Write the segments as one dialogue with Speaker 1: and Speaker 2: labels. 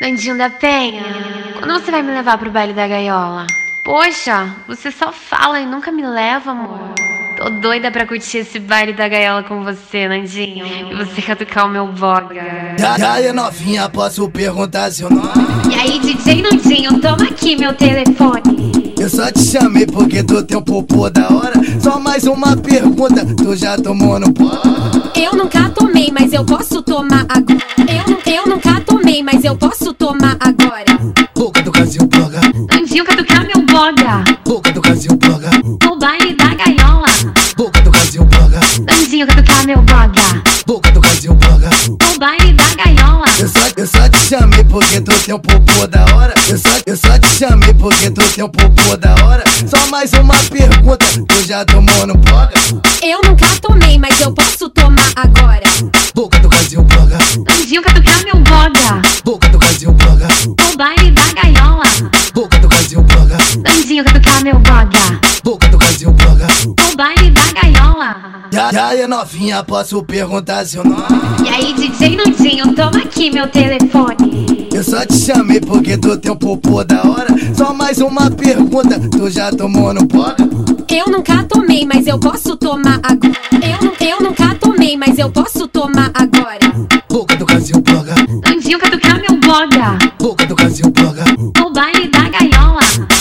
Speaker 1: Nandinho da Penha, quando você vai me levar pro baile da gaiola? Poxa, você só fala e nunca me leva, amor. Tô doida pra curtir esse baile da gaiola com você, Nandinho. E você catucar o meu boga.
Speaker 2: E aí, novinha, posso perguntar seu nome?
Speaker 1: E aí, DJ Nandinho, toma aqui meu telefone.
Speaker 2: Eu só te chamei porque tu tem um popô da hora. Só mais uma pergunta, tu já tomou no pó?
Speaker 3: Eu nunca tomei, mas eu posso tomar agora. Eu, nu- eu nunca tomei, mas eu posso tomar agora.
Speaker 2: Boca do casinho bloga,
Speaker 1: Nandinho, catucar meu boga.
Speaker 2: boca do casinho bloga,
Speaker 1: No baile da gaiola.
Speaker 2: boca do casinho bloga,
Speaker 1: Nandinho, catucar meu boga.
Speaker 2: boca do casinho bloga.
Speaker 1: No baile da gaiola.
Speaker 2: Eu só, eu só te chamei porque tu tem um popô da hora. Eu só, eu só te chamei porque tu tem um popô da hora. Só mais uma pergunta, tu já tomou no boga?
Speaker 3: Eu nunca tomei, mas eu posso tomar agora.
Speaker 2: Boca do casinho bloga,
Speaker 1: Nandinho, catucar meu boga.
Speaker 2: boca do casinho bloga,
Speaker 1: No baile da gaiola.
Speaker 2: boca do casinho bloga,
Speaker 1: Nandinho, catucar meu boga.
Speaker 2: boca do casinho bloga.
Speaker 1: No baile da gaiola.
Speaker 2: E aí, novinha, posso perguntar seu nome?
Speaker 1: E aí, DJ Nandinho, toma aqui meu telefone.
Speaker 2: Eu só te chamei porque tu tem um popô da hora. Só mais uma pergunta, tu já tomou no boga?
Speaker 3: Eu nunca tomei, mas eu posso tomar agora. Eu, nu- eu nunca tomei, mas eu posso tomar agora.
Speaker 2: Boca do casinho bloga,
Speaker 1: Nandinho, catucar meu boga.
Speaker 2: boca do casinho bloga,
Speaker 1: No baile da gaiola.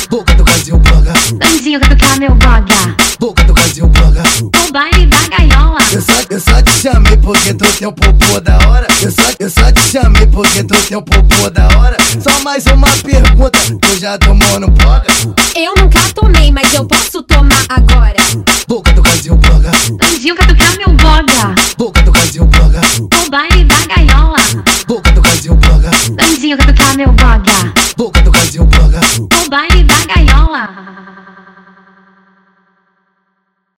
Speaker 2: boca do casinho bloga,
Speaker 1: Nandinho, catucar meu boga.
Speaker 2: boca do casinho bloga.
Speaker 1: No baile da gaiola.
Speaker 2: Eu só, eu só te chamei porque tu tem um popô da hora. Eu só, eu só te chamei porque tu tem um popô da hora. Só mais uma pergunta, tu já tomou no boga?
Speaker 3: Eu nunca tomei, mas eu posso tomar agora.
Speaker 2: Boca do casinho bloga,
Speaker 1: Nandinho, catucar meu boga.
Speaker 2: boca do casinho bloga,
Speaker 1: No baile da gaiola.
Speaker 2: boca do casinho bloga.
Speaker 1: Nandinho, catucar meu boga.